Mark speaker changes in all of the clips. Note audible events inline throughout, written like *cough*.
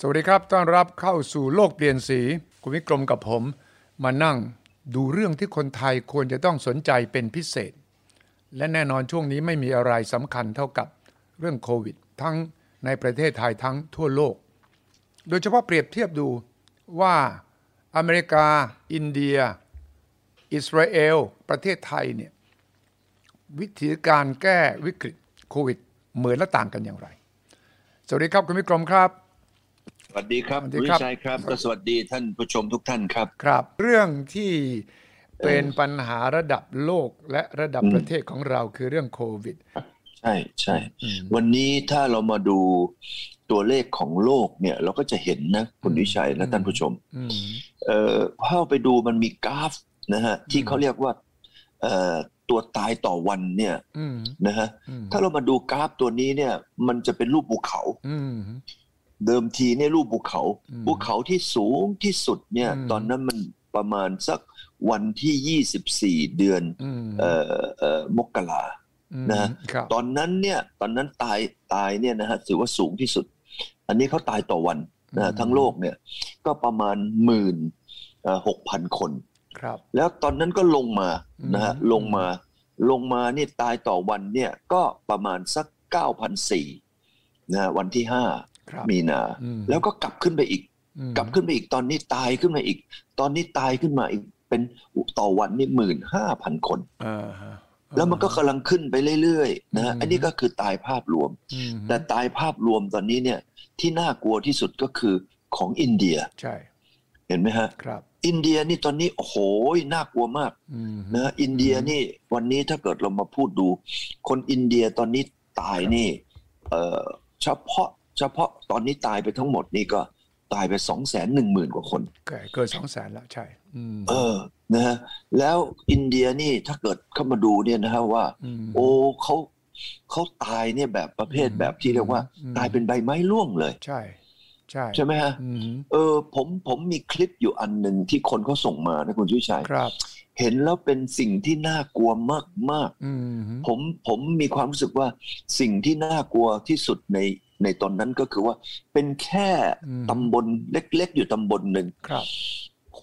Speaker 1: สวัสดีครับ ต้อนรับเข้าสู่โลกเปลี่ยนสี คุณวิกรมกับผม มานั่งดูเรื่องที่คนไทยควรจะต้องสนใจเป็นพิเศษ และแน่นอนช่วงนี้ไม่มีอะไรสำคัญเท่ากับเรื่องโควิด ทั้งในประเทศไทยทั้งทั่วโลก โดยเฉพาะเปรียบเทียบดูว่าอเมริกา อินเดีย อิสราเอล ประเทศไทยเนี่ยวิธีการแก้วิกฤตโควิด เหมือนและต่างกันอย่างไร สวัสดีครับคุณวิกรมครับ
Speaker 2: สวัสดีครับ
Speaker 1: สวัสดี
Speaker 2: คุณวิ
Speaker 1: ครับ
Speaker 2: ชัยครับและสวัสดีท่านผู้ชมทุกท่านครับ
Speaker 1: ครับเรื่องที่เป็นปัญหาระดับโลกและระดับประเทศของเราคือเรื่องโควิด
Speaker 2: ใช่ใช่วันนี้ถ้าเรามาดูตัวเลขของโลกเนี่ย เราก็จะเห็นนะคุณวิชัยและท่านผู้ชม
Speaker 1: อืม
Speaker 2: เอ่อเข้าไปดูมันมีกราฟนะฮะที่เขาเรียกว่าเอ่อตัวตายต่อวันเนี่ย
Speaker 1: อืม
Speaker 2: นะฮะ
Speaker 1: อืม
Speaker 2: ถ้าเรามาดูกราฟตัวนี้เนี่ย มันจะเป็นรูปภูเขา
Speaker 1: อืม
Speaker 2: เดิมทีเนี่ยรูปภูเขา
Speaker 1: อืม
Speaker 2: ภูเขาที่สูงที่สุดเนี่ย
Speaker 1: อืม
Speaker 2: ตอนนั้นมันประมาณสักวันที่ 24 เดือน
Speaker 1: อืม
Speaker 2: เอ่อเอ่อมกรา
Speaker 1: อืม
Speaker 2: นะ
Speaker 1: ครับ
Speaker 2: ตอนนั้นเนี่ยตอนนั้นตายตายเนี่ยนะฮะถือว่าสูงที่สุด อันนี้เขาตายต่อวันนะฮะทั้งโลกเนี่ยก็ประมาณหมื่นหกพันคน
Speaker 1: ครับ
Speaker 2: แล้วตอนนั้นก็ลงมานะฮะ
Speaker 1: อืม
Speaker 2: ลงมาลงมาเนี่ยตายต่อวันเนี่ยก็ประมาณสัก 9,004นะฮะวันที่
Speaker 1: ครับ
Speaker 2: 5 มีนา
Speaker 1: อืม
Speaker 2: แล้วก็กลับขึ้นไปอีก
Speaker 1: อืม
Speaker 2: กลับขึ้นไปอีกตอนนี้ตายขึ้นมาอีก ตอนนี้ตายขึ้นมาอีกเป็นต่อวันนี่หมื่นห้าพันคน
Speaker 1: อ่าฮะ
Speaker 2: แล้วมันก็กำลังขึ้นไปเรื่อยๆนะฮะ
Speaker 1: อืม
Speaker 2: อันนี้ก็คือตายภาพรวม
Speaker 1: อืม
Speaker 2: แต่ตายภาพรวมตอนนี้เนี่ยที่น่ากลัวที่สุดก็คือของอินเดีย
Speaker 1: ใช่
Speaker 2: เห็นไหมฮะ
Speaker 1: ครับ
Speaker 2: อินเดียนี่ตอนนี้โอ้โหน่ากลัวมาก
Speaker 1: อืม
Speaker 2: นะฮะอินเดียนี่วันนี้ถ้าเกิดเรามาพูดดู คนอินเดียตอนนี้ตายนี่เอ่อเฉพาะเฉพาะตอนนี้ตายไปทั้งหมดนี่ก็ตายไปสองแสนหนึ่งหมื่นกว่าคน
Speaker 1: เกินเกินสองแสนแล้วใช่ อืม
Speaker 2: เออนะฮะแล้วอินเดียนี่ถ้าเกิดเข้ามาดูเนี่ยนะฮะว่า
Speaker 1: ม
Speaker 2: โอ้เขาเขาตายเนี่ยแบบประเภท
Speaker 1: อืม
Speaker 2: แบบที่เรียกว่า
Speaker 1: อืม
Speaker 2: ตายเป็นใบไม้ร่วงเลย
Speaker 1: ใช่ ใช่
Speaker 2: ใช่ไหมฮะ
Speaker 1: อืม
Speaker 2: เออผมผมมีคลิปอยู่อันหนึ่งที่คนเขาส่งมานะคุณชุยชัย
Speaker 1: ครับ
Speaker 2: เห็นแล้วเป็นสิ่งที่น่ากลัวมากมาก
Speaker 1: อืม
Speaker 2: ๆผมผมมีความรู้สึกว่าสิ่งที่น่ากลัวที่สุดในในตอนนั้นก็คือว่า เป็นแค่ตำบลเล็ก ๆ อยู่ตำบลหนึ่ง
Speaker 1: ครับ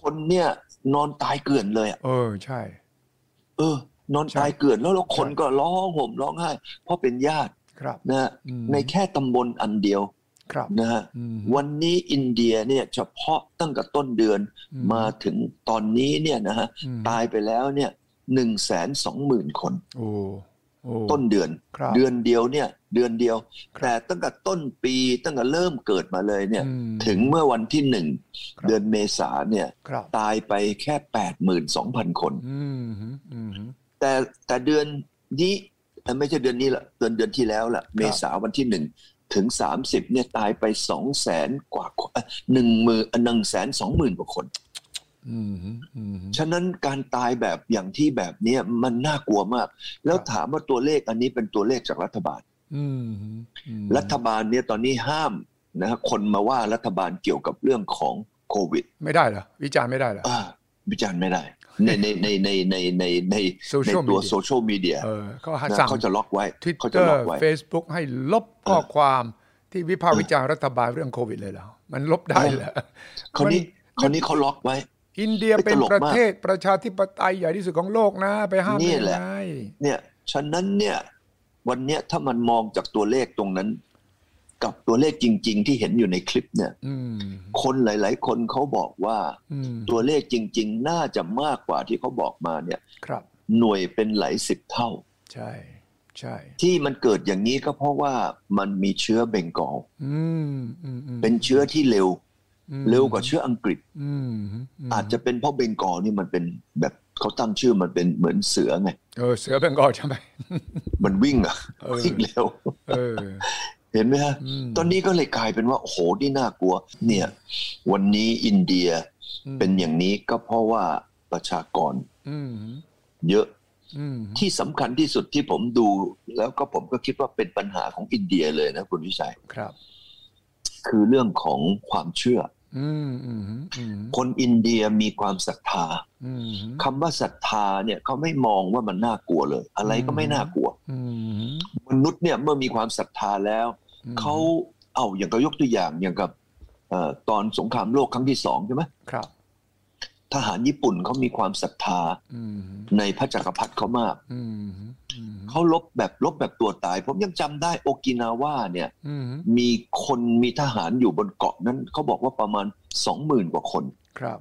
Speaker 2: คนเนี่ยนอนตายเกลื่อนเลยอะ
Speaker 1: เออใช่
Speaker 2: เออ นอน
Speaker 1: ใช่
Speaker 2: ตายเกลื่อนแล้วแล้วคน
Speaker 1: ใช่
Speaker 2: ก็ร้องห่มร้องไห้เพราะเป็นญาติ
Speaker 1: ครับ
Speaker 2: นะฮะ
Speaker 1: อืม
Speaker 2: ในแค่ตำบลอันเดียว
Speaker 1: ครับ
Speaker 2: นะฮะ
Speaker 1: อืม
Speaker 2: วันนี้อินเดียเนี่ยเฉพาะตั้งแต่ต้นเดือน
Speaker 1: อืม
Speaker 2: มาถึงตอนนี้เนี่ยนะฮะ
Speaker 1: อืม
Speaker 2: ตายไปแล้วเนี่ยหนึ่งแสนสองหมื่นคน
Speaker 1: โอ้โอ้
Speaker 2: ต้นเดือน
Speaker 1: ครับ
Speaker 2: เดือนเดียวเนี่ยเดือนเดียว
Speaker 1: ครับ
Speaker 2: แต่ตั้งแต่ต้นปีตั้งแต่เริ่มเกิดมาเลยเนี่ย
Speaker 1: อืม
Speaker 2: ถึงเมื่อวันที่หนึ่ง
Speaker 1: ครับ
Speaker 2: เดือนเมษาเนี่ย
Speaker 1: ครับ
Speaker 2: ตายไปแค่แปดหมื่นสองพันคน
Speaker 1: อืมฮึอืมฮึ
Speaker 2: แต่แต่เดือนนี้เอ่อไม่ใช่เดือนนี้ละเดือนเดือนที่แล้วละเมษาวันที่หนึ่งถึงสามสิบเนี่ยตายไปสองแสนกว่าหนึ่งมือหนึ่งแสนสองหมื่นกว่าคน
Speaker 1: อืมฮึอืมฮึ
Speaker 2: ฉะนั้นการตายแบบอย่างที่แบบเนี้ยมันน่ากลัวมาก แล้วถามว่าตัวเลขอันนี้เป็นตัวเลขจากรัฐบาล
Speaker 1: อืมฮึอืม
Speaker 2: รัฐบาลเนี่ยตอนนี้ห้ามนะฮะคนมาว่ารัฐบาลเกี่ยวกับเรื่องของโควิด
Speaker 1: ไม่ได้เหรอวิจารณ์ไม่ได้เหรอ
Speaker 2: อ่าวิจารณ์ไม่ได้ ในในในในในในในใน
Speaker 1: Social
Speaker 2: ตัว
Speaker 1: media
Speaker 2: โซเชียลมีเดีย
Speaker 1: เออเขาหา
Speaker 2: นะ
Speaker 1: สั่ง
Speaker 2: เขาจะล็อกไว้เขาจะ
Speaker 1: Twitter
Speaker 2: ล็อกไว้
Speaker 1: Facebook ให้ลบข้อความที่วิพากษ์วิจารณ์รัฐบาลเรื่องโควิดเลยเหรอมันลบได้เหรอ
Speaker 2: คราวนี้
Speaker 1: มัน
Speaker 2: คราวนี้เขาล็อกไว้
Speaker 1: อินเดีย
Speaker 2: เฮ้ย
Speaker 1: เป็น
Speaker 2: ตลก
Speaker 1: ป
Speaker 2: มาก
Speaker 1: ระเทศประชาธิปไตยใหญ่ที่สุดของโลกนะ ไปห้าม
Speaker 2: นี่
Speaker 1: ไม่
Speaker 2: แหละ
Speaker 1: ได้
Speaker 2: เนี่ยฉะนั้นเนี่ยวันเนี้ยถ้ามันมองจากตัวเลขตรงนั้น กับตัวเลขจริง ๆ ที่เห็นอยู่ในคลิปเนี่ย
Speaker 1: อืม
Speaker 2: คนหลาย ๆ คนเขาบอกว่า
Speaker 1: อืม
Speaker 2: ตัวเลขจริง ๆ น่าจะมากกว่าที่เขาบอกมาเนี่ย
Speaker 1: ครับ
Speaker 2: หน่วยเป็นหลายสิบเท่า
Speaker 1: ใช่ ใช่
Speaker 2: ที่มันเกิดอย่างนี้ก็เพราะว่ามันมีเชื้อเบงกอล
Speaker 1: อืมอืมอืม
Speaker 2: เป็นเชื้อที่เร็ว
Speaker 1: อืม
Speaker 2: เร็วกว่าเชื้ออังกฤษ
Speaker 1: อืมฮึม
Speaker 2: อาจจะเป็นเพราะเบงกอลนี่มันเป็นแบบเขาตั้งชื่อมันเป็นเหมือนเสือไง
Speaker 1: เออเสือเบงกอลใช่ไหม
Speaker 2: มันวิ่งอะ
Speaker 1: เออ
Speaker 2: วิ่งเร็ว
Speaker 1: เออ
Speaker 2: เห็นไหมฮะ
Speaker 1: อืม
Speaker 2: ตอนนี้ก็เลยกลายเป็นว่า โอ้โห ที่น่ากลัว เนี่ย วันนี้อินเดีย
Speaker 1: อืม
Speaker 2: เป็นอย่างนี้ก็เพราะว่าประชากร
Speaker 1: อืมฮึ
Speaker 2: เยอะ
Speaker 1: อืมฮึ
Speaker 2: ที่สำคัญที่สุดที่ผมดู แล้วก็ผมก็คิดว่าเป็นปัญหาของอินเดียเลยนะคุณวิชัย
Speaker 1: ครับ
Speaker 2: คือเรื่องของความเชื่อ
Speaker 1: อืมอืมอืม
Speaker 2: คนอินเดียมีความศรัทธา
Speaker 1: อืม
Speaker 2: คำว่าศรัทธาเนี่ยเขาไม่มองว่ามันน่ากลัวเลย อะไรก็ไม่น่ากลัว
Speaker 1: อืม
Speaker 2: มนุษย์เนี่ยเมื่อมีความศรัทธาแล้ว เขาเอาอย่างก็ยกตัวอย่างอย่างกับ เอ่อตอนสงครามโลกครั้งที่สองใช่ไหม
Speaker 1: ครับ
Speaker 2: ทหารญี่ปุ่นเขามีความศรัทธา
Speaker 1: อืม
Speaker 2: ในพระจักรพรรดิเขามาก
Speaker 1: อืมอืม
Speaker 2: เขาลบแบบลบแบบตัวตาย ผมยังจำได้โอกินาวาเนี่ย
Speaker 1: อืม
Speaker 2: มีคนมีทหารอยู่บนเกาะนั้นเขาบอกว่าประมาณสองหมื่นกว่าคน
Speaker 1: ครับ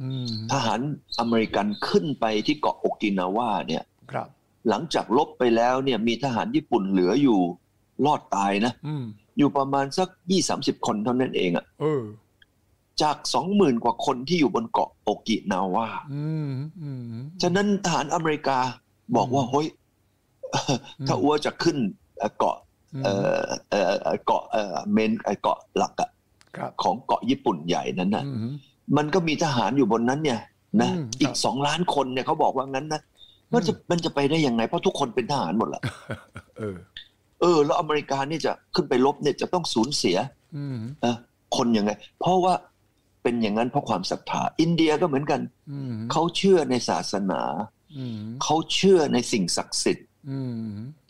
Speaker 1: อืม
Speaker 2: ทหารอเมริกันขึ้นไปที่เกาะโอกินาวาเนี่ย
Speaker 1: ครับ
Speaker 2: หลังจากลบไปแล้วเนี่ยมีทหารญี่ปุ่นเหลืออยู่รอดตายนะ
Speaker 1: อืม
Speaker 2: อยู่ประมาณสัก 20-30 คนเท่านั้นเองอะ
Speaker 1: เออ
Speaker 2: จาก 20,000 กว่าคนที่อยู่บนเกาะโอกินาวา
Speaker 1: อืมอืม
Speaker 2: ฉะนั้นทหารอเมริกาบอกว่า
Speaker 1: อืม
Speaker 2: เฮ้ยเอ่อถ้าอัวจะขึ้นเอ่อเกาะ
Speaker 1: ม
Speaker 2: เอ่อเอ่อเอ่อเกาะเอ่อเมนเอ่อเกาะหลักอะ
Speaker 1: ครับ
Speaker 2: ของเกาะญี่ปุ่นใหญ่นั้นนะ
Speaker 1: อืม
Speaker 2: มันก็มีทหารอยู่บนนั้นเนี่ยนะ
Speaker 1: อืม
Speaker 2: อี
Speaker 1: ค
Speaker 2: ก
Speaker 1: รับ
Speaker 2: สองล้านคนเนี่ยเขาบอกว่างั้นนะมันจะ
Speaker 1: อืม
Speaker 2: มันจะไปได้ยังไงเพราะทุกคนเป็นทหารหม
Speaker 1: *laughs*
Speaker 2: ดละ
Speaker 1: เออ
Speaker 2: เออแล้วอเมริกาเนี่ยจะขึ้นไปลบเนี่ยจะต้องสูญเสีย
Speaker 1: อืม
Speaker 2: เอ่อคนยังไง เพราะว่าเป็นอย่างนั้นเพราะความศรัทธา อินเดียก็เหมือนกัน
Speaker 1: อืม
Speaker 2: เขาเชื่อในศาสนา
Speaker 1: อืม
Speaker 2: เขาเชื่อในสิ่งศักดิ์สิทธิ์
Speaker 1: อืม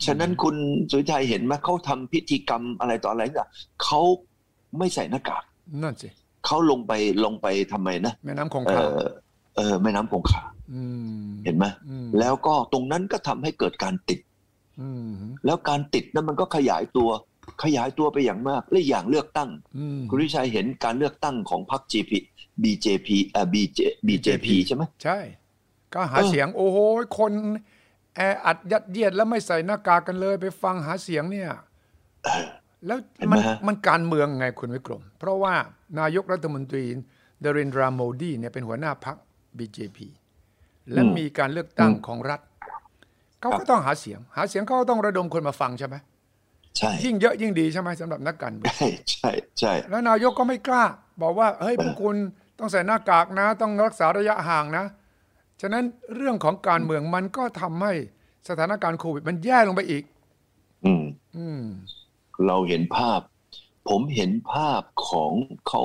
Speaker 2: ฉะนั้นคุณสุวิชัยเห็นไหมเขาทำพิธีกรรมอะไรต่ออะไรเนี่ยเขาไม่ใส่หน้ากาก
Speaker 1: นั่นสิ
Speaker 2: เขาลงไปลงไปทำไมนะ
Speaker 1: แม่น้ำคง
Speaker 2: เอ
Speaker 1: คา
Speaker 2: อเออแม่น้ำคงคา
Speaker 1: อืม
Speaker 2: เห็นไหม
Speaker 1: อืม
Speaker 2: แล้วก็ตรงนั้นก็ทำให้เกิดการติด
Speaker 1: อืม
Speaker 2: แล้วการติดนั้นมันก็ขยายตัวขยายตัวไปอย่างมากและอย่างเลือกตั้ง
Speaker 1: อืม
Speaker 2: คุณวิชัยเห็นการเลือกตั้งของพรรค GP BJP เอ่อ BJ BJP ใช่ไหม
Speaker 1: ใช่ก็หา
Speaker 2: เออ
Speaker 1: เสียงโอ้โหคนแออัดยัดเยียดแล้วไม่ใส่หน้ากากกันเลยไปฟังหาเสียงเนี่ย
Speaker 2: เออ
Speaker 1: แล้ว
Speaker 2: เห็นไหม
Speaker 1: มัน
Speaker 2: ฮะ
Speaker 1: มันการเมืองไงคุณวิกรม เพราะว่านายกรัฐมนตรีดรินดราโมดีเนี่ยเป็นหัวหน้าพรรค BJP และมีการเลือกตั้งของรัฐเขาก็ต้องหาเสียง หาเสียงเขาก็ต้องระดมคนมาฟังใช่ไหม
Speaker 2: ใช่ *laughs*
Speaker 1: ยิ่งเยอะยิ่งดีใช่ไหมสำหรับนักการเมือง
Speaker 2: ใช่ใช่ใช่
Speaker 1: แล้วนายกก็ไม่กล้า บอกว่าเฮ้ยพวกคุณต้องใส่หน้ากากนะ ต้องรักษาระยะห่างนะ ฉะนั้นเรื่องของการเมืองมันก็ทำให้สถานการณ์โควิดมันแย่ลงไปอีก
Speaker 2: อืม
Speaker 1: อืม
Speaker 2: เราเห็นภาพ ผมเห็นภาพของเขา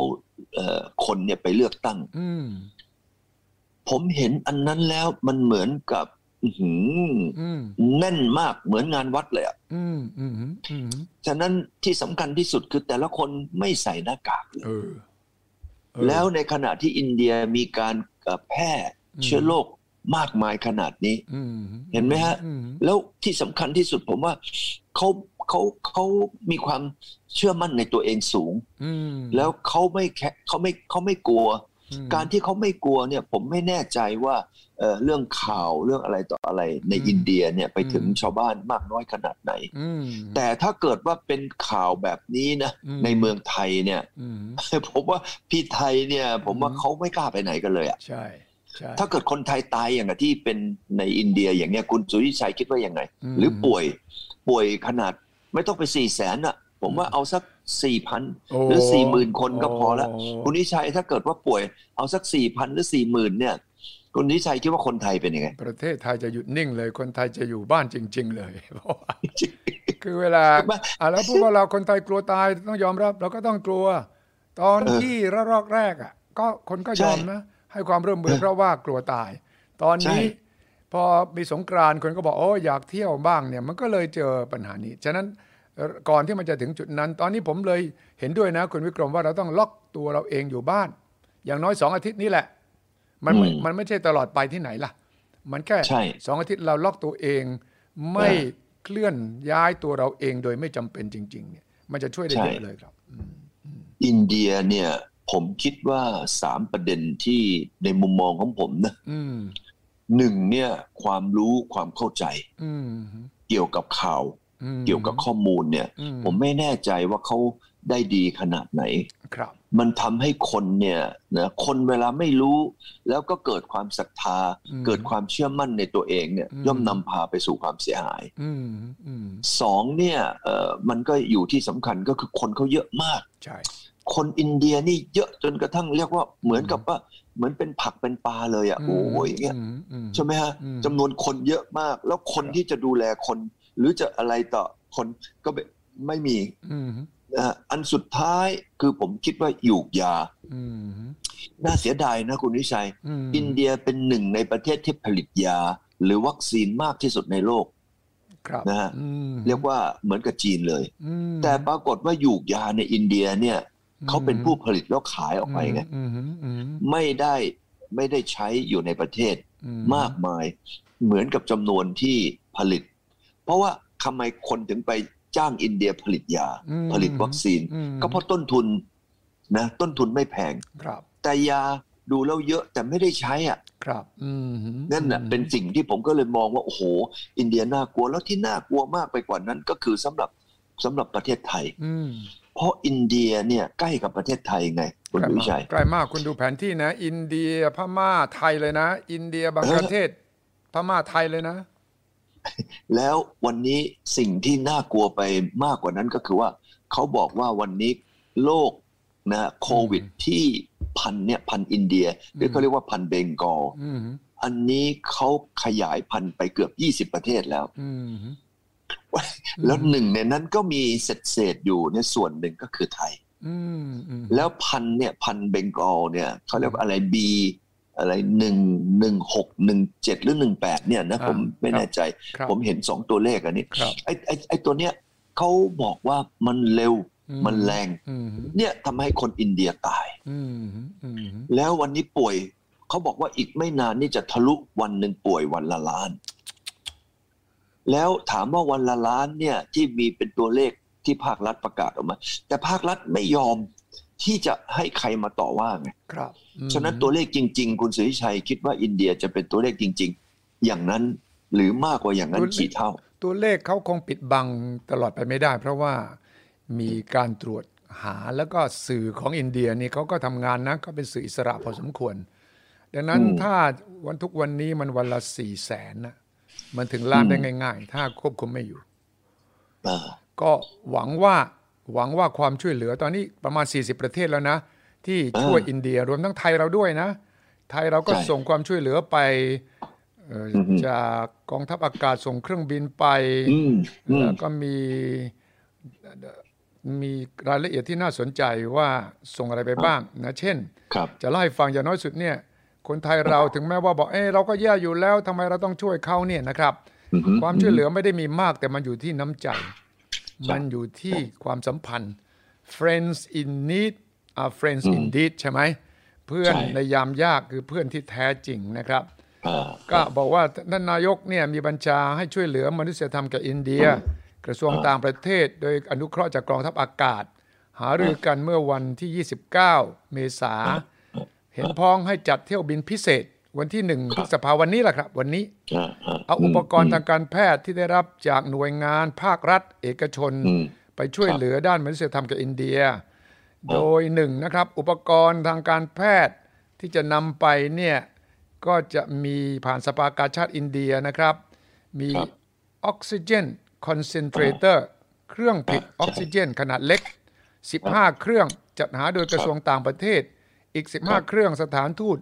Speaker 2: เอ่อคนเนี่ยไปเลือกตั้ง
Speaker 1: อืม
Speaker 2: ผมเห็นอันนั้นแล้วมันเหมือนกับอื้อหือ
Speaker 1: อืม
Speaker 2: แน่นมากเหมือนงานวัดเลยอะ
Speaker 1: อืม อืม อืม
Speaker 2: ฉะนั้นที่สำคัญที่สุดคือแต่ละคนไม่ใส่หน้ากากเลย
Speaker 1: เออเออ
Speaker 2: แล้วในขณะที่อินเดียมีการเอ่อแพร่
Speaker 1: อืม
Speaker 2: เชื้อโรคมากมายขนาดนี้
Speaker 1: อืม
Speaker 2: เห็นไหมฮะ
Speaker 1: อืม
Speaker 2: แล้วที่สำคัญที่สุดผมว่าเขาเขาเขามีความเชื่อมั่นในตัวเองสูง
Speaker 1: อืม
Speaker 2: แล้วเขาไม่แคเขาไม่เขาไม่กลัว
Speaker 1: อืม
Speaker 2: การที่เขาไม่กลัวเนี่ยผมไม่แน่ใจว่าเอ่อเรื่องข่าวเรื่องอะไรต่ออะไรใน
Speaker 1: อืม
Speaker 2: อินเดียเนี่ยไปถึง
Speaker 1: อืม
Speaker 2: ชาวบ้านมากน้อยขนาดไหน
Speaker 1: อืม
Speaker 2: แต่ถ้าเกิดว่าเป็นข่าวแบบนี้นะ
Speaker 1: อืม
Speaker 2: ในเมืองไทยเนี่ย *laughs*
Speaker 1: อืม
Speaker 2: ผมว่าพี่ไทยเนี่ยผมว่า
Speaker 1: อืม
Speaker 2: เขาไม่กล้าไปไหนกันเลยอะ
Speaker 1: ใช่ใช่
Speaker 2: ถ้าเกิดคนไทยตายอย่างกับที่เป็นในอินเดียอย่างเนี้ยคุณสุริชัยคิดว่ายังไง
Speaker 1: ม
Speaker 2: หรือป่วยป่วยขนาดไม่ต้องไปสี่แสนอ่ะ ผมว่าเอาสักสี่พัน
Speaker 1: โ
Speaker 2: หรือสี่หมื่นคนก็พอละ
Speaker 1: โ
Speaker 2: คุณนิชัยถ้าเกิดว่าป่วยเอาสักสี่พันหรือสี่หมื่นเนี่ยคุณนิชัยคิดว่าคนไทยเป็นยังไง
Speaker 1: ประเทศไทยจะหยุดนิ่งเลย คนไทยจะอยู่บ้านจริง ๆ เลย *laughs* เพราะว่าคือเวลา
Speaker 2: *laughs* ไม่
Speaker 1: อ่ะแล้วพูดว่าเราคนไทยกลัวตายต้องยอมรับ เราก็ต้องกลัว ตอน
Speaker 2: เออ
Speaker 1: ที่ระลอกแรกอ่ะ ก็คนก็
Speaker 2: ใช่
Speaker 1: ยอมนะ ให้ความร่วมมือ
Speaker 2: เออ
Speaker 1: เพราะว่ากลัวตาย ตอนนี้
Speaker 2: ใช่
Speaker 1: พอมีสงกรานต์คนก็บอกโอ้อยากเที่ยวบ้างเนี่ย มันก็เลยเจอปัญหานี้ ฉะนั้นเอ่อก่อนที่มันจะถึงจุดนั้น ตอนนี้ผมเลยเห็นด้วยนะคุณวิกรมว่าเราต้องล็อกตัวเราเองอยู่บ้าน อย่างน้อยสองอาทิตย์นี่แหละ มันไม่
Speaker 2: อืม
Speaker 1: มันไม่ใช่ตลอดไปที่ไหนล่ะ มันแค่
Speaker 2: ใช่
Speaker 1: สองอาทิตย์เราล็อกตัวเอง ไม่เคลื่อนย้ายตัวเราเองโดยไม่จำเป็นจริง ๆ เนี่ย มันจะช่วยได้
Speaker 2: ใช่
Speaker 1: เยอะเลยครับ
Speaker 2: อินเดียเนี่ยผมคิดว่าสามประเด็นที่ในมุมมองของผมนะ
Speaker 1: อืม
Speaker 2: หนึ่งเนี่ยความรู้ความเข้าใจ
Speaker 1: อืม
Speaker 2: เกี่ยวกับข่าว
Speaker 1: อืม
Speaker 2: เกี่ยวกับข้อมูลเนี่ย
Speaker 1: อื
Speaker 2: ผมไม่แน่ใจว่าเขาได้ดีขนาดไหน
Speaker 1: ครับ
Speaker 2: มันทำให้คนเนี่ยนะคนเวลาไม่รู้ แล้วก็เกิดความศรัทธา
Speaker 1: อืม
Speaker 2: เกิดความเชื่อมั่นในตัวเองเนี่ย
Speaker 1: อืม
Speaker 2: ย่อมนำพาไปสู่ความเสียหาย
Speaker 1: อืมอืม
Speaker 2: สองเนี่ยเอ่อมันก็อยู่ที่สำคัญก็คือคนเขาเยอะมาก
Speaker 1: ใช่
Speaker 2: คนอินเดียนี่เยอะจนกระทั่งเรียกว่าเหมือนกับว่าเหมือนเป็นผักเป็นปลาเลยอะ่ะโอ้ยอย่างเงี้ย
Speaker 1: อืมอืม
Speaker 2: ใช่ไหมฮะ
Speaker 1: อืม
Speaker 2: จำนวนคนเยอะมาก แล้วคน
Speaker 1: ครับ
Speaker 2: ที่จะดูแลคน หรือจะอะไรต่อคนก็ไม่ไม่มี
Speaker 1: อืม
Speaker 2: เอ่ออันสุดท้ายคือผมคิดว่าหยูกยา
Speaker 1: อืม
Speaker 2: น่าเสียดายนะคุณวิชัย
Speaker 1: อืม
Speaker 2: อินเดียเป็นหนึ่งในประเทศที่ผลิตยา หรือวัคซีนมากที่สุดในโลก
Speaker 1: ครับ
Speaker 2: นะฮะ
Speaker 1: อืม
Speaker 2: เรียกว่าเหมือนกับจีนเลย
Speaker 1: อืม
Speaker 2: แต่ปรากฏว่าหยูกยาในอินเดียเนี่ย เขาเป็นผู้ผลิตแล้วขายออกไปไง
Speaker 1: อืมอืมอืม
Speaker 2: ไม่ได้ไม่ได้ใช้อยู่ในประเทศ
Speaker 1: อื
Speaker 2: มากมายเหมือนกับจำนวนที่ผลิต เพราะว่าทำไมคนถึงไปจ้างอินเดียผลิตยา
Speaker 1: อืม
Speaker 2: ผลิตวัคซีน
Speaker 1: อืม
Speaker 2: ก็เพราะต้นทุนนะต้นทุนไม่แพง
Speaker 1: ครับ
Speaker 2: แต่ยาดูแล้วเยอะแต่ไม่ได้ใช้อ่ะ
Speaker 1: ครับอืม
Speaker 2: นั่นน่ะเป็นสิ่งที่ผมก็เลยมองว่าโอ้โห อินเดียน่ากลัวแล้วที่น่ากลัวมากไปกว่านั้นก็คือสำหรับสำหรับประเทศไทย
Speaker 1: อืม
Speaker 2: เพราะอินเดียเนี่ยใกล้กับประเทศไทยไงคุณวิชัย
Speaker 1: ใกล้มากคุณดูแผนที่นะ อินเดียพม่าไทยเลยนะ อินเดียบังกลาเทศพม่าไทยเลยนะ
Speaker 2: แล้ววันนี้สิ่งที่น่ากลัวไปมากกว่านั้นก็คือว่า เขาบอกว่าวันนี้โรคนะโควิดที่พันเนี่ยพันอินเดียหรือเขาเรียกว่าพันเบงกอล
Speaker 1: อืม
Speaker 2: อันนี้เขาขยายพันธุ์ไปเกือบ 20 ประเทศแล้ว
Speaker 1: อืม
Speaker 2: แล้วหนึ่งในนั้นก็มีเศษเศษๆอยู่ในยส่วนหนึ่งก็คือไทย
Speaker 1: อืมอืม
Speaker 2: แล้วพันธุ์เนี่ยพันธุ์เบงกอลเนี่ยเขาเรียกว่าอะไรบีอะไรหนึ่งหนึ่งหกหนึ่งเจ็ดหรือหนึ่งแปดเนี่ยนะผมไม่แน่ใจ
Speaker 1: ครับ
Speaker 2: ผมเห็นสองตัวเลขอันนี้
Speaker 1: ครับ
Speaker 2: ไอ้ไอ้ไอ้ตัวเนี้ยเขาบอกว่ามันเร็ว
Speaker 1: อื
Speaker 2: มันแรง
Speaker 1: อืม
Speaker 2: เนี่ยทำให้คนอินเดียตาย
Speaker 1: อืมอืม
Speaker 2: แล้ววันนี้ป่วยเขาบอกว่าอีกไม่นานนี่จะทะลุวันหนึ่งป่วยวันละล้าน แล้วถามว่าวันละล้านเนี่ยที่มีเป็นตัวเลขที่ภาครัฐประกาศออกมา แต่ภาครัฐไม่ยอมที่จะให้ใครมาต่อว่าไง
Speaker 1: ครับ
Speaker 2: ฉะนั้นตัวเลขจริง ๆ คุณสุริชัยคิดว่าอินเดียจะเป็นตัวเลขจริง ๆ อย่างนั้นหรือมากกว่าอย่างนั้นกี่เท่า
Speaker 1: ตัวเลขเขาคงปิดบังตลอดไปไม่ได้ เพราะว่ามีการตรวจหาแล้วก็สื่อของอินเดียนี่เขาก็ทำงานนะก็เป็นสื่ออิสระพอสมควร ดังนั้น
Speaker 2: อืม
Speaker 1: ถ้าวันทุกวันนี้มันวันละสี่แสนนะมันถึงล้านได้ง่าย ๆ ถ้าควบคุมไม่อยู่
Speaker 2: อ่า
Speaker 1: ก็หวังว่าหวังว่าความช่วยเหลือตอนนี้ประมาณ 40 ประเทศแล้วนะ ที่ช่วย
Speaker 2: เออ
Speaker 1: อินเดียรวมทั้งไทยเราด้วยนะ ไทยเราก็
Speaker 2: ใช่
Speaker 1: ส่งความช่วยเหลือไปเอ่ออ
Speaker 2: อฮึ
Speaker 1: จากกองทัพอากาศส่งเครื่องบินไป
Speaker 2: อืมอืม
Speaker 1: แล้วก็มีมีรายละเอียดที่น่าสนใจว่าส่งอะไรไปบ้างนะเช่น
Speaker 2: ครับ
Speaker 1: จะเล่าให้ฟังอย่างน้อยสุดเนี่ยคนไทยเราถึงแม้ว่าบอกเออเราก็แย่อยู่แล้วทำไมเราต้องช่วยเขาเนี่ยนะครับ
Speaker 2: อือฮึ
Speaker 1: ความช่วยเหลือไม่ได้มีมากแต่มันอยู่ที่น้ำใจ
Speaker 2: ใช่
Speaker 1: มันอยู่ที่ความสัมพันธ์ friends in need are friends indeed ใช่ไหมเพื่อนในยามยากคือเพื่อนที่แท้จริงนะครับ
Speaker 2: อ่า
Speaker 1: ก็บอกว่าท่านนายกเนี่ยมีบัญชาให้ช่วยเหลือมนุษยธรรมแก่อินเดีย กระทรวงต่างประเทศ โดยอนุเคราะห์จากกองทัพอากาศ หารือกันเมื่อวันที่ 29 เมษา เห็นพ้องให้จัดเที่ยวบินพิเศษ วันที่หนึ่งพฤษภาวันนี้แหละครับ วันนี้
Speaker 2: อ่าอ่า
Speaker 1: เอาอุปกรณ์ทางการแพทย์ที่ได้รับจากหน่วยงานภาครัฐ เอกชน
Speaker 2: อืม
Speaker 1: ไปช่วยเหลือด้านมนุษยธรรมแก่อินเดีย โดยหนึ่งนะครับ อุปกรณ์ทางการแพทย์ที่จะนำไปเนี่ยก็จะมีผ่านสภากาชาติอินเดียนะครับ มี
Speaker 2: ครับ
Speaker 1: ออกซิเจนคอนเซนเทรเตอร์เครื่องผลิตออกซิเจนขนาดเล็ก 15 เครื่องจัดหาโดยกระทรวงต่างประเทศ อีก 15 เครื่องสถานทูต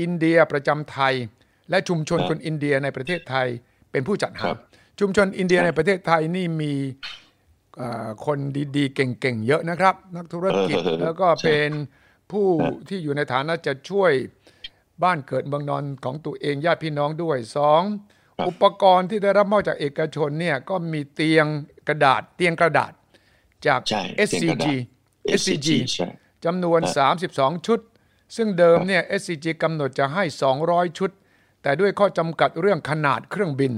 Speaker 1: อินเดียประจำไทย และชุมชน
Speaker 2: ครับ
Speaker 1: คนอินเดียในประเทศไทยเป็นผู้จัดหา
Speaker 2: ครับ
Speaker 1: ชุมชนอินเดียในประเทศไทยนี่มี เอ่อคนดีๆ เก่งๆ เยอะนะครับ นักธุร
Speaker 2: *laughs*
Speaker 1: กิจ
Speaker 2: เออ
Speaker 1: แล้วก็เป็นผู้ที่อยู่ในฐานะจะช่วยบ้านเกิดเมืองนอนของตัวเองญาติพี่น้องด้วยสอง
Speaker 2: ครับ
Speaker 1: อุปกรณ์ที่ได้รับมอบจากเอกชนเนี่ยก็มีเตียงกระดาษเตียงกระดาษจาก
Speaker 2: ใช่
Speaker 1: SCG
Speaker 2: เตียงกระดาษ
Speaker 1: SCG
Speaker 2: ใช่
Speaker 1: จำนวน 32 ชุด ซึ่งเดิมเนี่ย SCG กำหนดจะให้ 200 ชุด แต่ด้วยข้อจำกัดเรื่องขนาดเครื่องบิน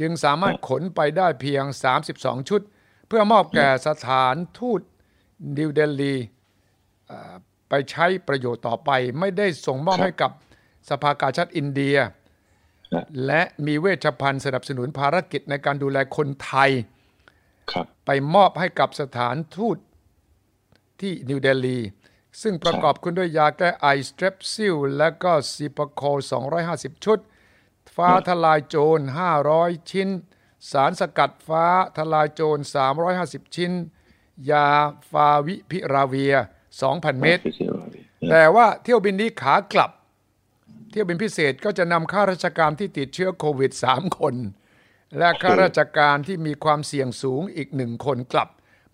Speaker 1: จึงสามารถขนไปได้เพียง 32 ชุด เพื่อมอบแก่สถานทูตนิวเดลีเอ่อไปใช้ประโยชน์ต่อไป ไม่ได้ส่งมอบให้กับสภากาชาติอินเดีย และมีเวชภัณฑ์สนับสนุนภารกิจในการดูแลคนไทย
Speaker 2: ครับ
Speaker 1: ไปมอบให้กับสถานทูตที่นิวเดลี ซึ่งประกอบคุณด้วยยาแก้ไอสเตรปซิล และก็ซีปโค250 ชุด ฟ้าทลายโจร 500 ชิ้น สารสกัดฟ้าทลายโจร 350 ชิ้น ยาฟาวิพิราเวีย 2,000 เม็ด แต่ว่าเที่ยวบินนี้ขากลับ เที่ยวบินพิเศษก็จะนำข้าราชการที่ติดเชื้อโควิด 3 คน และข้าราชการที่มีความเสี่ยงสูงอีกหนึ่งคนกลับ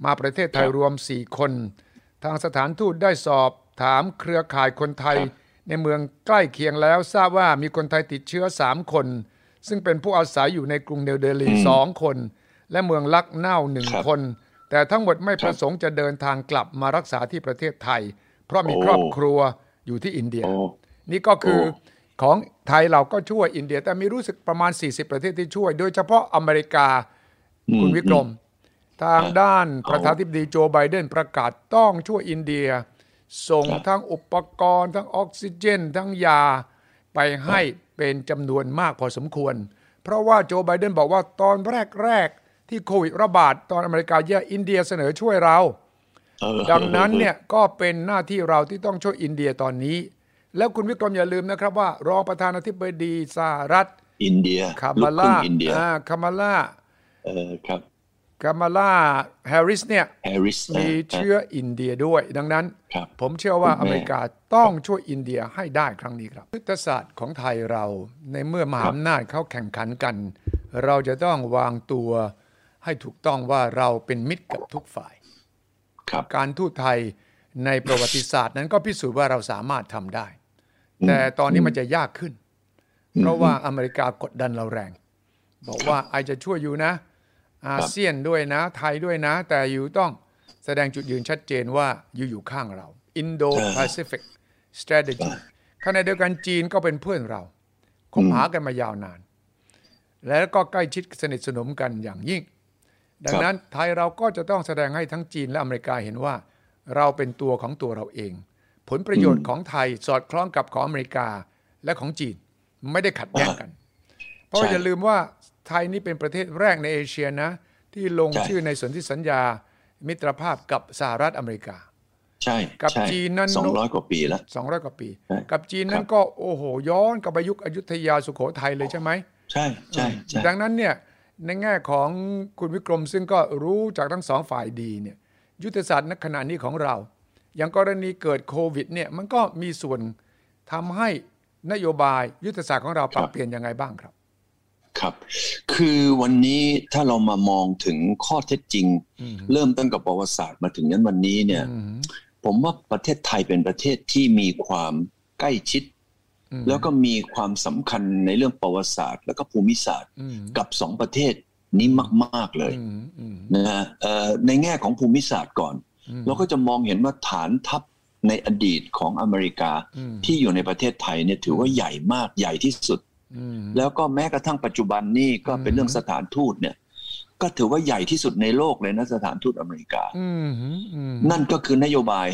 Speaker 1: มาประเทศไทยรวม 4 คน ทางสถานทูตได้สอบถามเครือข่ายคนไทย ในเมืองใกล้เคียงแล้วทราบว่ามีคนไทยติดเชื้อ 3 คน ซึ่งเป็นผู้อาศัยอยู่ในกรุงเนวเดลีสองคน และเมืองลักเน่าหนึ่ง
Speaker 2: ครับ
Speaker 1: คน แต่ทั้งหมดไม่ประสงค์จะเดินทางกลับมารักษาที่ประเทศไทย เพราะมี
Speaker 2: โอ้
Speaker 1: ครอบครัวอยู่ที่อินเดีย
Speaker 2: โอ้
Speaker 1: นี่ก็คือ
Speaker 2: โอ้
Speaker 1: ของไทยเราก็ช่วยอินเดีย แต่มีรู้สึกประมาณ 40 ประเทศที่ช่วย โดยเฉพาะอเมริกา
Speaker 2: อื
Speaker 1: คุณวิกรม ทางด้าน
Speaker 2: เอา
Speaker 1: ประธานาธิบดีโจไบเดนประกาศต้องช่วยอินเดีย ส่ง
Speaker 2: ครับ
Speaker 1: ทั้งอุปกรณ์ทั้งออกซิเจน ทั้งยาไปให้เป็นจำนวนมากพอสมควร เพราะว่าโจไบเดนบอกว่าตอนแรก ๆ ที่โควิดระบาดตอนอเมริกาแย่อินเดียเสนอช่วยเรา
Speaker 2: เออ
Speaker 1: ดังนั้นเนี่ยก็เป็นหน้าที่เราที่ต้องช่วยอินเดียตอนนี้ แล้วคุณวิกรมอย่าลืมนะครับว่ารองประธานาธิบดีสหรัฐ
Speaker 2: อินเดีย
Speaker 1: คา
Speaker 2: ลู
Speaker 1: มาก
Speaker 2: ครึ่
Speaker 1: ล่าง
Speaker 2: อินเดีย
Speaker 1: อ่าคามาล่า
Speaker 2: เออครับ
Speaker 1: กามาล่าแฮร์ริสเนี่ย
Speaker 2: แฮร์ริส
Speaker 1: มีเชื้ออินเดียด้วย ดังนั้น
Speaker 2: ครับ
Speaker 1: ผมเชื่อว่า
Speaker 2: คุณแม่
Speaker 1: อเมริกาต้องช่วยอินเดียให้ได้ครั้งนี้ครับยุทธศาสตร์ของไทยเราในเมื่อมหาอำนาจเขาแข่งขันกัน เราจะต้องวางตัวให้ถูกต้องว่าเราเป็นมิตรกับทุกฝ่าย
Speaker 2: ครับ
Speaker 1: การทูตไทยในประวัติศาสตร์นั้นก็พิสูจน์ว่าเราสามารถทำได้ แต่ตอนนี้มันจะยากขึ้น เพราะว่าอเมริกากดดันเราแรง บอกว่าไอจะช่วยอยู่นะ อาเซียนด้วยนะ ไทยด้วยนะ แต่อยู่ต้องแสดงจุดยืนชัดเจนว่าอยู่อยู่ข้างเรา Indo-Pacific Strategy ขณะเดียวกันจีนก็เป็นเพื่อนเราคบหากันมายาวนาน แล้วก็ใกล้ชิดสนิทสนมกันอย่างยิ่ง ดังนั้นไทยเราก็จะต้องแสดงให้ทั้งจีนและอเมริกาเห็นว่า เราเป็นตัวของตัวเราเอง ผลประโยชน์ของไทยสอดคล้องกับของอเมริกาและของจีนไม่ได้ขัดแย้งกัน เพราะ
Speaker 2: ใช่
Speaker 1: อย่าลืมว่าไทยนี่เป็นประเทศแรกในเอเชียนะ ที่ลง
Speaker 2: ใช่
Speaker 1: ชื่อในสนธิสัญญา มิตรภาพกับสหรัฐอเมริกา
Speaker 2: ใช่
Speaker 1: กับ
Speaker 2: ใช่
Speaker 1: จีนนั้น
Speaker 2: สองร้อยกว่าปีแล้ว
Speaker 1: 200 กว่าปี
Speaker 2: ใช่
Speaker 1: กับจีนนั้นก็โอ้โหย้อนกลับไปยุคอยุธยาสุโขทัยเลยใช่ไหม
Speaker 2: ใช่ใช่ใช่
Speaker 1: ดังนั้นเนี่ยในแง่ของคุณวิกรมซึ่งก็รู้จากทั้งสองฝ่ายดีเนี่ยยุทธศาสตร์ณขณะนี้ของเรา อย่างกรณีเกิดโควิดเนี่ยมันก็มีส่วนทำให้นโยบายยุทธศาสตร์ของเราปรับ
Speaker 2: ครับ
Speaker 1: เปลี่ยนยังไงบ้างครับ
Speaker 2: ครับ คือวันนี้ถ้าเรามามองถึงข้อเท็จจริง
Speaker 1: อืม
Speaker 2: เริ่มตั้งแต่ประวัติศาสตร์มาถึงนั้นวันนี้เนี่ย
Speaker 1: อืม
Speaker 2: ผมว่าประเทศไทยเป็นประเทศที่มีความใกล้ชิด
Speaker 1: อืม
Speaker 2: แล้วก็มีความสำคัญในเรื่องประวัติศาสตร์ แล้วก็ภูมิศาสตร์
Speaker 1: อืม
Speaker 2: กับสองประเทศนี้มาก ๆ เลย
Speaker 1: อืมอืม
Speaker 2: นะฮะเอ่อในแง่ของภูมิศาสตร์ก่อน
Speaker 1: อืม
Speaker 2: เราก็จะมองเห็นว่าฐานทัพในอดีตของอเมริกา
Speaker 1: อืม
Speaker 2: ที่อยู่ในประเทศไทยเนี่ยถือว่าใหญ่มากใหญ่ที่สุด
Speaker 1: อืม
Speaker 2: แล้วก็แม้กระทั่งปัจจุบันนี่ก็เป็นเรื่อง
Speaker 1: อืม
Speaker 2: สถานทูตเนี่ยก็ถือว่าใหญ่ที่สุดในโลกเลยนะสถานทูตอเมริกา
Speaker 1: อืมอืม
Speaker 2: นั่นก็คือนโยบาย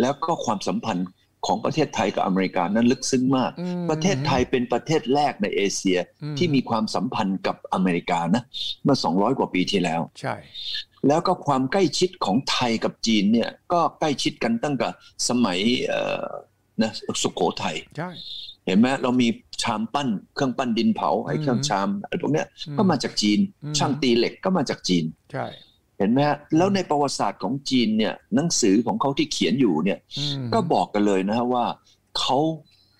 Speaker 2: แล้วก็ความสัมพันธ์ของประเทศไทยกับอเมริกานั้นลึกซึ้งมาก
Speaker 1: อืม
Speaker 2: ประเทศไทยเป็นประเทศแรกในเอเชีย
Speaker 1: อืม
Speaker 2: ที่มีความสัมพันธ์กับอเมริกานะเมื่อ 200 กว่าปีที่แล้ว
Speaker 1: ใช่
Speaker 2: แล้วก็ความใกล้ชิดของไทยกับจีนเนี่ยก็ใกล้ชิดกันตั้งแต่สมัยเอ่อนะสุโขทัย
Speaker 1: ใช่
Speaker 2: เห็นไหมเรามีชามปั้นเครื่องปั้นดินเผาไอ้
Speaker 1: อืม
Speaker 2: เครื่องชามอะไรพวกเนี้ย
Speaker 1: อืม
Speaker 2: ก็มาจากจีน
Speaker 1: อืม
Speaker 2: ช่างตีเหล็กก็มาจากจีน
Speaker 1: ใช่
Speaker 2: เห็นไหมฮะแล้วในประวัติศาสตร์ของจีนเนี่ยหนังสือของเขาที่เขียนอยู่เนี่ย
Speaker 1: อืม
Speaker 2: ก็บอกกันเลยนะฮะว่าเขา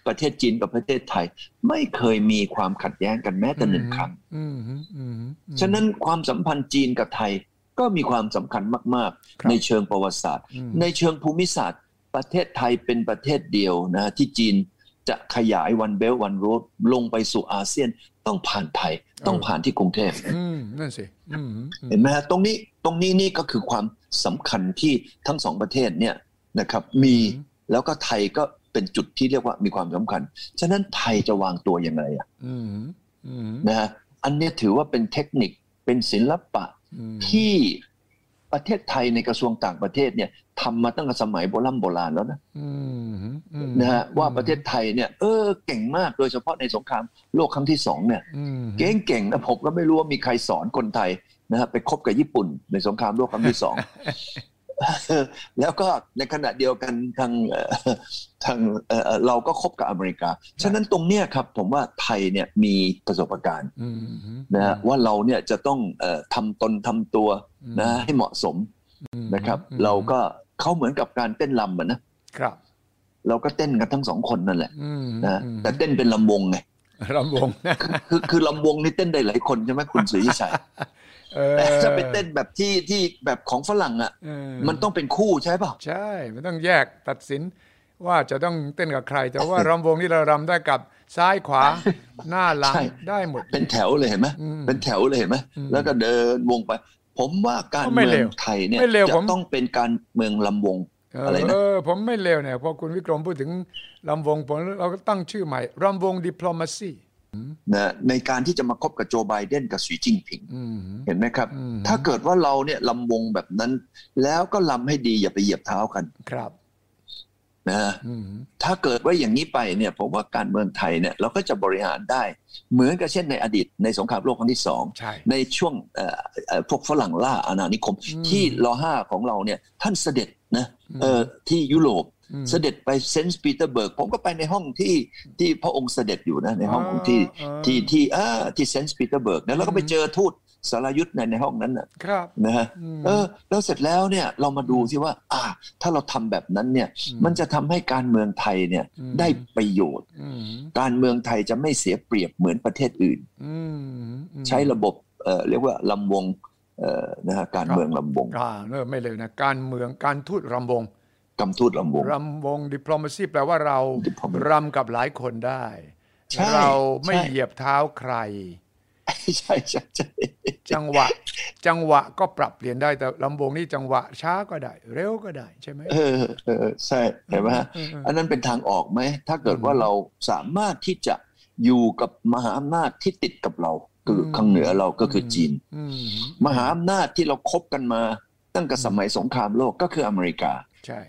Speaker 2: ประเทศจีนกับประเทศไทย ไม่เคยมีความขัดแย้งกันแม้แต่หนึ่งครั้ง
Speaker 1: อืมอืมอืมอืม
Speaker 2: ฉะนั้นความสัมพันธ์จีนกับไทยก็มีความสำคัญมาก
Speaker 1: ครับ
Speaker 2: ๆ ในเชิงประวัติศาสตร์
Speaker 1: อืม
Speaker 2: ในเชิงภูมิศาสตร์ ประเทศไทยเป็นประเทศเดียวนะที่จีนจะขยายวันเบลวันโรดลงไปสู่อาเซียนต้องผ่านไทยต้องผ่านที่กรุงเทพ
Speaker 1: อืมนั่นสิอืมอืม
Speaker 2: เห็นไหมฮะตรงนี้ตรงนี้นี่ก็คือความสำคัญที่ทั้งสองประเทศเนี่ยนะครับมี
Speaker 1: อืม
Speaker 2: แล้วก็ไทยก็เป็นจุดที่เรียกว่ามีความสำคัญ ฉะนั้นไทยจะวางตัวยังไงอะ
Speaker 1: อืมอืม
Speaker 2: นะฮะอันเนี้ยถือว่าเป็นเทคนิคเป็นศิลปะ
Speaker 1: อืม
Speaker 2: ที่ประเทศไทยในกระทรวงต่างประเทศเนี่ยทำมาตั้งแต่สมัยโบราณโบราณแล้วนะ
Speaker 1: อืมอืม
Speaker 2: นะฮะว่าประเทศไทยเนี่ยเออเก่งมากโดยเฉพาะในสงครามโลกครั้งที่สองเนี่ย
Speaker 1: อืม
Speaker 2: เก่งๆนะผมก็ไม่รู้ว่ามีใครสอนคนไทยนะครับไปคบกับญี่ปุ่นในสงครามโลกครั้งที่สอง *laughs* แล้วก็ในขณะเดียวกันทางเอ่อทางเอ่อเราก็คบกับอเมริกา ฉะนั้นตรงเนี้ยครับผมว่าไทยเนี่ยมีประสบการณ์
Speaker 1: อืม
Speaker 2: นะฮะว่าเราเนี่ยจะต้องเอ่อทำตนทำตัว
Speaker 1: อืม
Speaker 2: นะให้เหมาะสม
Speaker 1: อืม
Speaker 2: นะครับ
Speaker 1: อืม
Speaker 2: เราก็เขาเหมือนกับการเต้นลำอะนะครับเราก็เต้นกันทั้งสองคนนั่นแหละ
Speaker 1: อืม
Speaker 2: นะ
Speaker 1: อืม
Speaker 2: แต่เต้นเป็นลำว
Speaker 1: *laughs*
Speaker 2: งไง
Speaker 1: รำวงนะ
Speaker 2: คือคือลำวงนี่เต้นได้หลายคนใช่ไหม
Speaker 1: *laughs*
Speaker 2: คุณสุริชัย
Speaker 1: เออ
Speaker 2: แต่ถ้าไปเต้นแบบที่ที่แบบของฝรั่งอ่ะ
Speaker 1: เออ
Speaker 2: มันต้องเป็นคู่ใช่ป่ะ
Speaker 1: ใช่ มันต้องแยกตัดสินว่าจะต้องเต้นกับใคร แต่ว่ารำวงนี่เรารำได้กับซ้ายขวาหน้าหลัง
Speaker 2: ใช่
Speaker 1: ได้หมด
Speaker 2: เป็นแถวเลยเห็นไหม
Speaker 1: อืม
Speaker 2: เป็นแถวเลยเห็นไหม
Speaker 1: อืม
Speaker 2: แล้วก็เดินวงไป ผมว่าการ
Speaker 1: ก็ไม่
Speaker 2: เมื
Speaker 1: เล
Speaker 2: อง
Speaker 1: ว
Speaker 2: ไทยเนี่ย
Speaker 1: ไม่เลว
Speaker 2: จะ
Speaker 1: ผม
Speaker 2: ต้องเป็นการเมืองลำวง อะไรนะ
Speaker 1: เออผมไม่เลวเนี่ยพอคุณวิกรมพูดถึงลำวงผมเราก็ตั้งชื่อใหม่ลำวงดิปโลมาซี
Speaker 2: นะในการที่จะมาคบกับโจไบเดนกับสีจิ้งผิง
Speaker 1: อืม
Speaker 2: เห็นไหมครับ
Speaker 1: อืม
Speaker 2: ถ้าเกิดว่าเราเนี่ยลำวงแบบนั้น แล้วก็ลำให้ดีอย่าไปเหยียบเท้ากัน
Speaker 1: ครับ
Speaker 2: นะฮะ
Speaker 1: อืม
Speaker 2: ถ้าเกิดว่าอย่างนี้ไปเนี่ยผมว่าการเมืองไทยเนี่ยเราก็จะบริหารได้ เหมือนกับเช่นในอดีตในสงครามโลกครั้งที่สอง
Speaker 1: ใช่
Speaker 2: ในช่วงเอ่อเอ่อพวกฝรั่งล่าอาณานิคม
Speaker 1: อืม
Speaker 2: ที่รอห้าของเราเนี่ยท่านเสด็จนะ
Speaker 1: อืม
Speaker 2: เอ่อที่ยุโรป
Speaker 1: อืม
Speaker 2: เสด็จไปเซนต์ปีเตอร์เบิร์กผมก็ไปในห้องที่ที่พระองค์เสด็จอยู่นะในห้องของที่
Speaker 1: อ่า
Speaker 2: ที่ที่เออที่เซนต์ปีเตอร์เบิร์กนะแล้วก็ไป
Speaker 1: อืม
Speaker 2: เจอทูตสารยุทธ์ในในห้องนั้นน่ะ
Speaker 1: ครับ
Speaker 2: นะฮะ
Speaker 1: อืม
Speaker 2: เออแล้วเสร็จแล้วเนี่ยเรามาดูที่ว่า อ่า ถ้าเราทำแบบนั้นเนี่ย
Speaker 1: อืม
Speaker 2: มันจะทำให้การเมืองไทยเนี่ย
Speaker 1: อืม
Speaker 2: ได้ประโยชน์
Speaker 1: อืม
Speaker 2: การเมืองไทยจะไม่เสียเปรียบเหมือนประเทศอื่น
Speaker 1: อืมอืม
Speaker 2: ใช้ระบบเอ่อเรียกว่าลำวงเอ่อนะฮะการ
Speaker 1: ครับ
Speaker 2: เมืองลำวง
Speaker 1: อ่าเนอะไม่เลวนะการเมืองการทูตรำวง
Speaker 2: กำทูตลำวง
Speaker 1: รำวงดิปโลมาซีแปลว่าเรา
Speaker 2: Diplomacy
Speaker 1: รำกับหลายคนได้
Speaker 2: ใช่
Speaker 1: เราไม่
Speaker 2: ใช่
Speaker 1: เหยียบเท้าใคร
Speaker 2: *laughs* ใช่ใช่ใช่
Speaker 1: จังหวะ จังหวะก็ปรับเปลี่ยนได้แต่ลำวงนี่จังหวะช้าก็ได้ เร็วก็ได้ใช่ไหม
Speaker 2: เออเออใช่เห็นไหมฮะ
Speaker 1: เออเอออั
Speaker 2: อันนั้นเป็นทางออกไหม ถ้าเกิด
Speaker 1: อืม
Speaker 2: ว่าเราสามารถที่จะอยู่กับมหาอำนาจที่ติดกับเรา คืออ
Speaker 1: ม
Speaker 2: ข้างเหนือเราก็คือจีน
Speaker 1: อืม
Speaker 2: มหาอำนาจที่เราคบกันมา ตั้งแต่สมัยสงครามโลกก็คืออเมริกา
Speaker 1: ใช่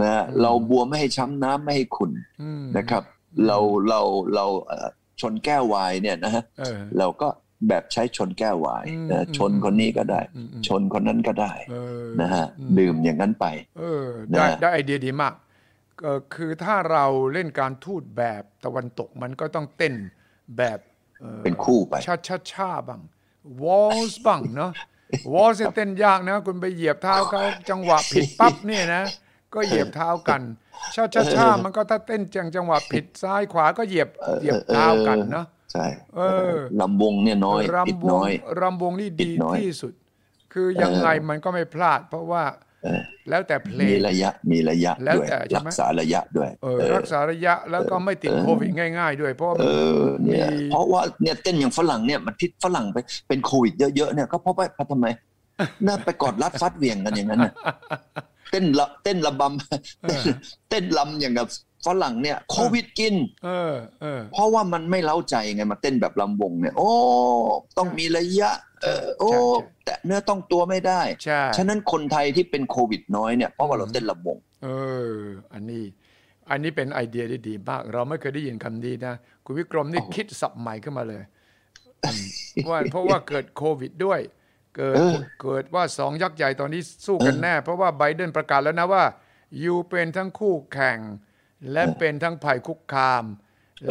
Speaker 2: นะฮะเราบัวไม่ให้ช้ำน้ำไม่ให้ขุ่น
Speaker 1: อืม
Speaker 2: นะครับ เราเราเราเอ่อชนแก้ววายเนี่ยนะฮะ
Speaker 1: เออ
Speaker 2: เราก็แบบใช้ชนแก้ววาย
Speaker 1: อืม
Speaker 2: นะชนคนนี้ก็ได้
Speaker 1: อืมอืม
Speaker 2: ชนคนนั้นก็ได้
Speaker 1: เออ
Speaker 2: นะฮะ
Speaker 1: อื
Speaker 2: ดื่มอย่างนั้นไป
Speaker 1: เออได้
Speaker 2: นะฮะ
Speaker 1: ได้ไอเดียดีมากเอ่อคือถ้าเราเล่นการทูตแบบตะวันตกมันก็ต้องเต้นแบบเอ่อ
Speaker 2: เป็นคู่ไป
Speaker 1: ชาชาชาบ้างวอลส์บ้างเนาะวอลส์เต้นยากนะ คุณไปเหยียบเท้าเขาจังหวะผิดปั๊บเนี่ยนะ ก็เหยียบเท้ากัน ชาชาชามันก็ถ้าเต้นจังจังหวะผิดซ้ายขวาก็เหยียบเหยียบเท้ากันเนาะ
Speaker 2: ใช่
Speaker 1: เออ
Speaker 2: ลำวงเนี่ยน้อยปิด
Speaker 1: รำว
Speaker 2: น้
Speaker 1: ง
Speaker 2: อย
Speaker 1: รำวงนี่
Speaker 2: ปิ
Speaker 1: ดี
Speaker 2: ดน้อย
Speaker 1: ที่สุด คือยังไงมันก็ไม่พลาด เพราะว่า
Speaker 2: เออ
Speaker 1: แล้วแต่เพล
Speaker 2: มี
Speaker 1: ง
Speaker 2: ระยะมีระยะ
Speaker 1: แล้ว
Speaker 2: ด้วย
Speaker 1: แต่ใช่ไหม
Speaker 2: รักษาระยะด้วย
Speaker 1: เออ
Speaker 2: เออ
Speaker 1: รักษาระยะแล้วก็ไม่ติดโควิดง่าย ๆ ด้วย เพราะว่า
Speaker 2: เออเนี่ย
Speaker 1: มี
Speaker 2: เพราะว่าเนี่ยเต้นอย่างฝรั่งเนี่ยมันทิศฝรั่งไปเป็นโควิดเยอะๆเนี่ยก็เพราะว่าเพราะทำไม น่าไปกอดรัดฟัดเหวี่ยงกันอย่างนั้น
Speaker 1: *laughs*
Speaker 2: น่ะเต้นละเต้นระบำเต้นเต้นลำอย่างกับฝรั่งเนี่ยโควิดกิน
Speaker 1: เออเออ
Speaker 2: เพราะว่ามันไม่เล้าใจไงมาเต้นแบบลำวงเนี่ยโอ้ต้องมีระยะ เออโอ้
Speaker 1: ใช่ใช่
Speaker 2: แตะเนื้อต้องตัวไม่ได้
Speaker 1: ใช่
Speaker 2: ฉะนั้นคนไทยที่เป็นโควิดน้อยเนี่ยเพราะว่าเราเต้นระบง
Speaker 1: เออ อันนี้ อันนี้เป็นไอเดียที่ดีมาก เราไม่เคยได้ยินคำนี้นะ คุณวิกรมนี่
Speaker 2: โอ้โห
Speaker 1: คิดสับใหม่ขึ้นมาเลยอืมว่าเพราะว่าเกิดโควิดด้วย เกิด
Speaker 2: เออ
Speaker 1: เกิดว่าสองยักษ์ใหญ่ตอนนี้สู้กันแน่ เพราะว่าไบเดนประกาศแล้วนะว่ายูเป็นทั้งคู่แข่ง และเป็นทั้งภัยคุกคาม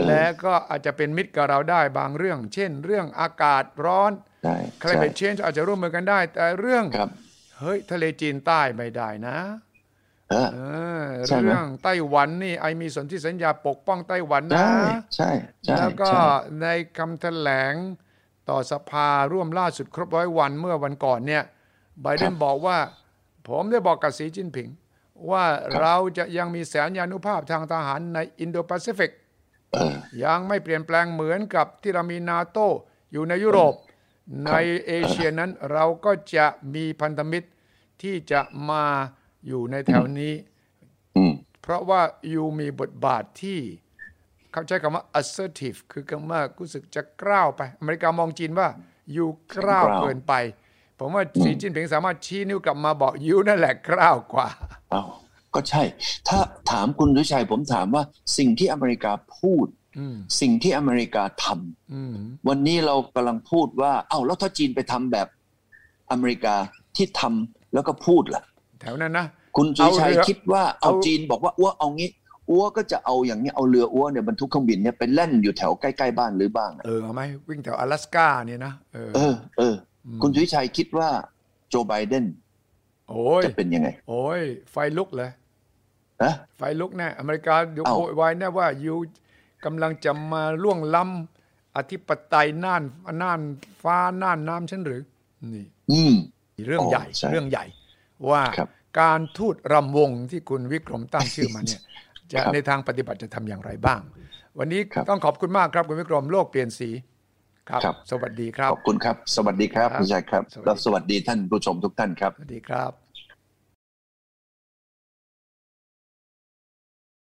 Speaker 1: และก็อาจจะเป็นมิตรกับเราได้บางเรื่อง เช่น เรื่องอากาศร้อน
Speaker 2: ใช่ใช่
Speaker 1: climate change อาจจะร่วมมือกันได้ แต่เรื่อง
Speaker 2: ครับ
Speaker 1: เฮ้ยทะเลจีนใต้ไม่ได้นะ
Speaker 2: เออ
Speaker 1: เออ
Speaker 2: ใช่ไหม
Speaker 1: เรื่องไต้หวันนี่ไอมีสนธิสัญญาปกป้องไต้หวันนะ
Speaker 2: ใช่ใช่ใช่
Speaker 1: แล้วก็
Speaker 2: ใช่
Speaker 1: ในคำแถลงต่อสภาร่วมล่าสุดครบร้อยวันเมื่อวันก่อนเนี่ยไบเดนบอกว่า ผมได้บอกกับสีจิ้นผิง ว่าเราจะยังมีแสนยานุภาพทางทหารในอินโดแปซิฟิก
Speaker 2: เออ
Speaker 1: ยังไม่เปลี่ยนแปลงเหมือนกับที่เรามีนาโตอยู่ในยุโรป ในเอเชียนั้นเราก็จะมีพันธมิตรที่จะมาอยู่ในแถวนี้
Speaker 2: อืม
Speaker 1: เพราะว่ายูมีบทบาทที่ เขาใช้คำว่า assertive คือคำว่ารู้สึกจะกล้าวไป อเมริกามองจีนว่ายูกล้าว
Speaker 2: กล้าว
Speaker 1: เกินไป ผมว่าสีจิ้นผิงสามารถชี้นิ้วกลับมาบอกยูนั่นแหละกล้าวกว่า
Speaker 2: เอาก็ใช่ ถ้าถามคุณดุชัยผมถามว่าสิ่งที่อเมริกาพูด
Speaker 1: อืม
Speaker 2: สิ่งที่อเมริกาทำ
Speaker 1: อืม
Speaker 2: วันนี้เรากำลังพูดว่า เอ้าแล้วถ้าจีนไปทำแบบอเมริกาที่ทำแล้วก็พูดล่ะ
Speaker 1: แถวนั้นนะ
Speaker 2: คุณสุชัย
Speaker 1: เอาเรือ
Speaker 2: คิดว่าเอา
Speaker 1: เอา
Speaker 2: จีนบอกว่าอ้วเอางี้อ้วก็จะเอาอย่างเงี้ยเอาเรืออ้วเนี่ยบรรทุกเครื่องบินเนี่ยไปแล่นอยู่แถวใกล้ๆบ้านหรือบ้างอะ
Speaker 1: เออเอาไหมวิ่งแถวอลาสก้าเนี่ยนะเออ
Speaker 2: เออเอออ คุณสุชัยคิดว่าโจไบเดน
Speaker 1: โอ้ย
Speaker 2: จะเป็นยังไง
Speaker 1: โอ้ย ไฟลุกเลย
Speaker 2: นะ
Speaker 1: ไฟลุกแน่อเมริกาเดี๋ยว
Speaker 2: เอ้า
Speaker 1: โวยวายแน่ว่ายูกำลังจะมาล่วงล้ำอธิปไตยน่านน่านฟ้าน่านน้ำฉันหรือ นี่
Speaker 2: อืม
Speaker 1: เรื่องใหญ่
Speaker 2: อ๋อใช่
Speaker 1: เรื่องใหญ่ว่า
Speaker 2: ครับ
Speaker 1: การทูตรำวงที่คุณวิกรมตั้งชื่อมา
Speaker 2: *laughs*
Speaker 1: เนี่ย จะ
Speaker 2: ครับ
Speaker 1: ในทางปฏิบัติจะทำอย่างไรบ้าง วันนี้
Speaker 2: ครับ
Speaker 1: ต้องขอบคุณมากครับคุณวิกรมโลกเปลี่ยนสี ครับ
Speaker 2: ครับ
Speaker 1: สวัสดีครับ
Speaker 2: ขอบคุณครับ สวัสดีครับ
Speaker 1: ครับ
Speaker 2: คุณชายครับ
Speaker 1: สวัสดี
Speaker 2: และสวัสดีท่านผู้ชมทุกท่านครับ
Speaker 1: สวัสดีครับ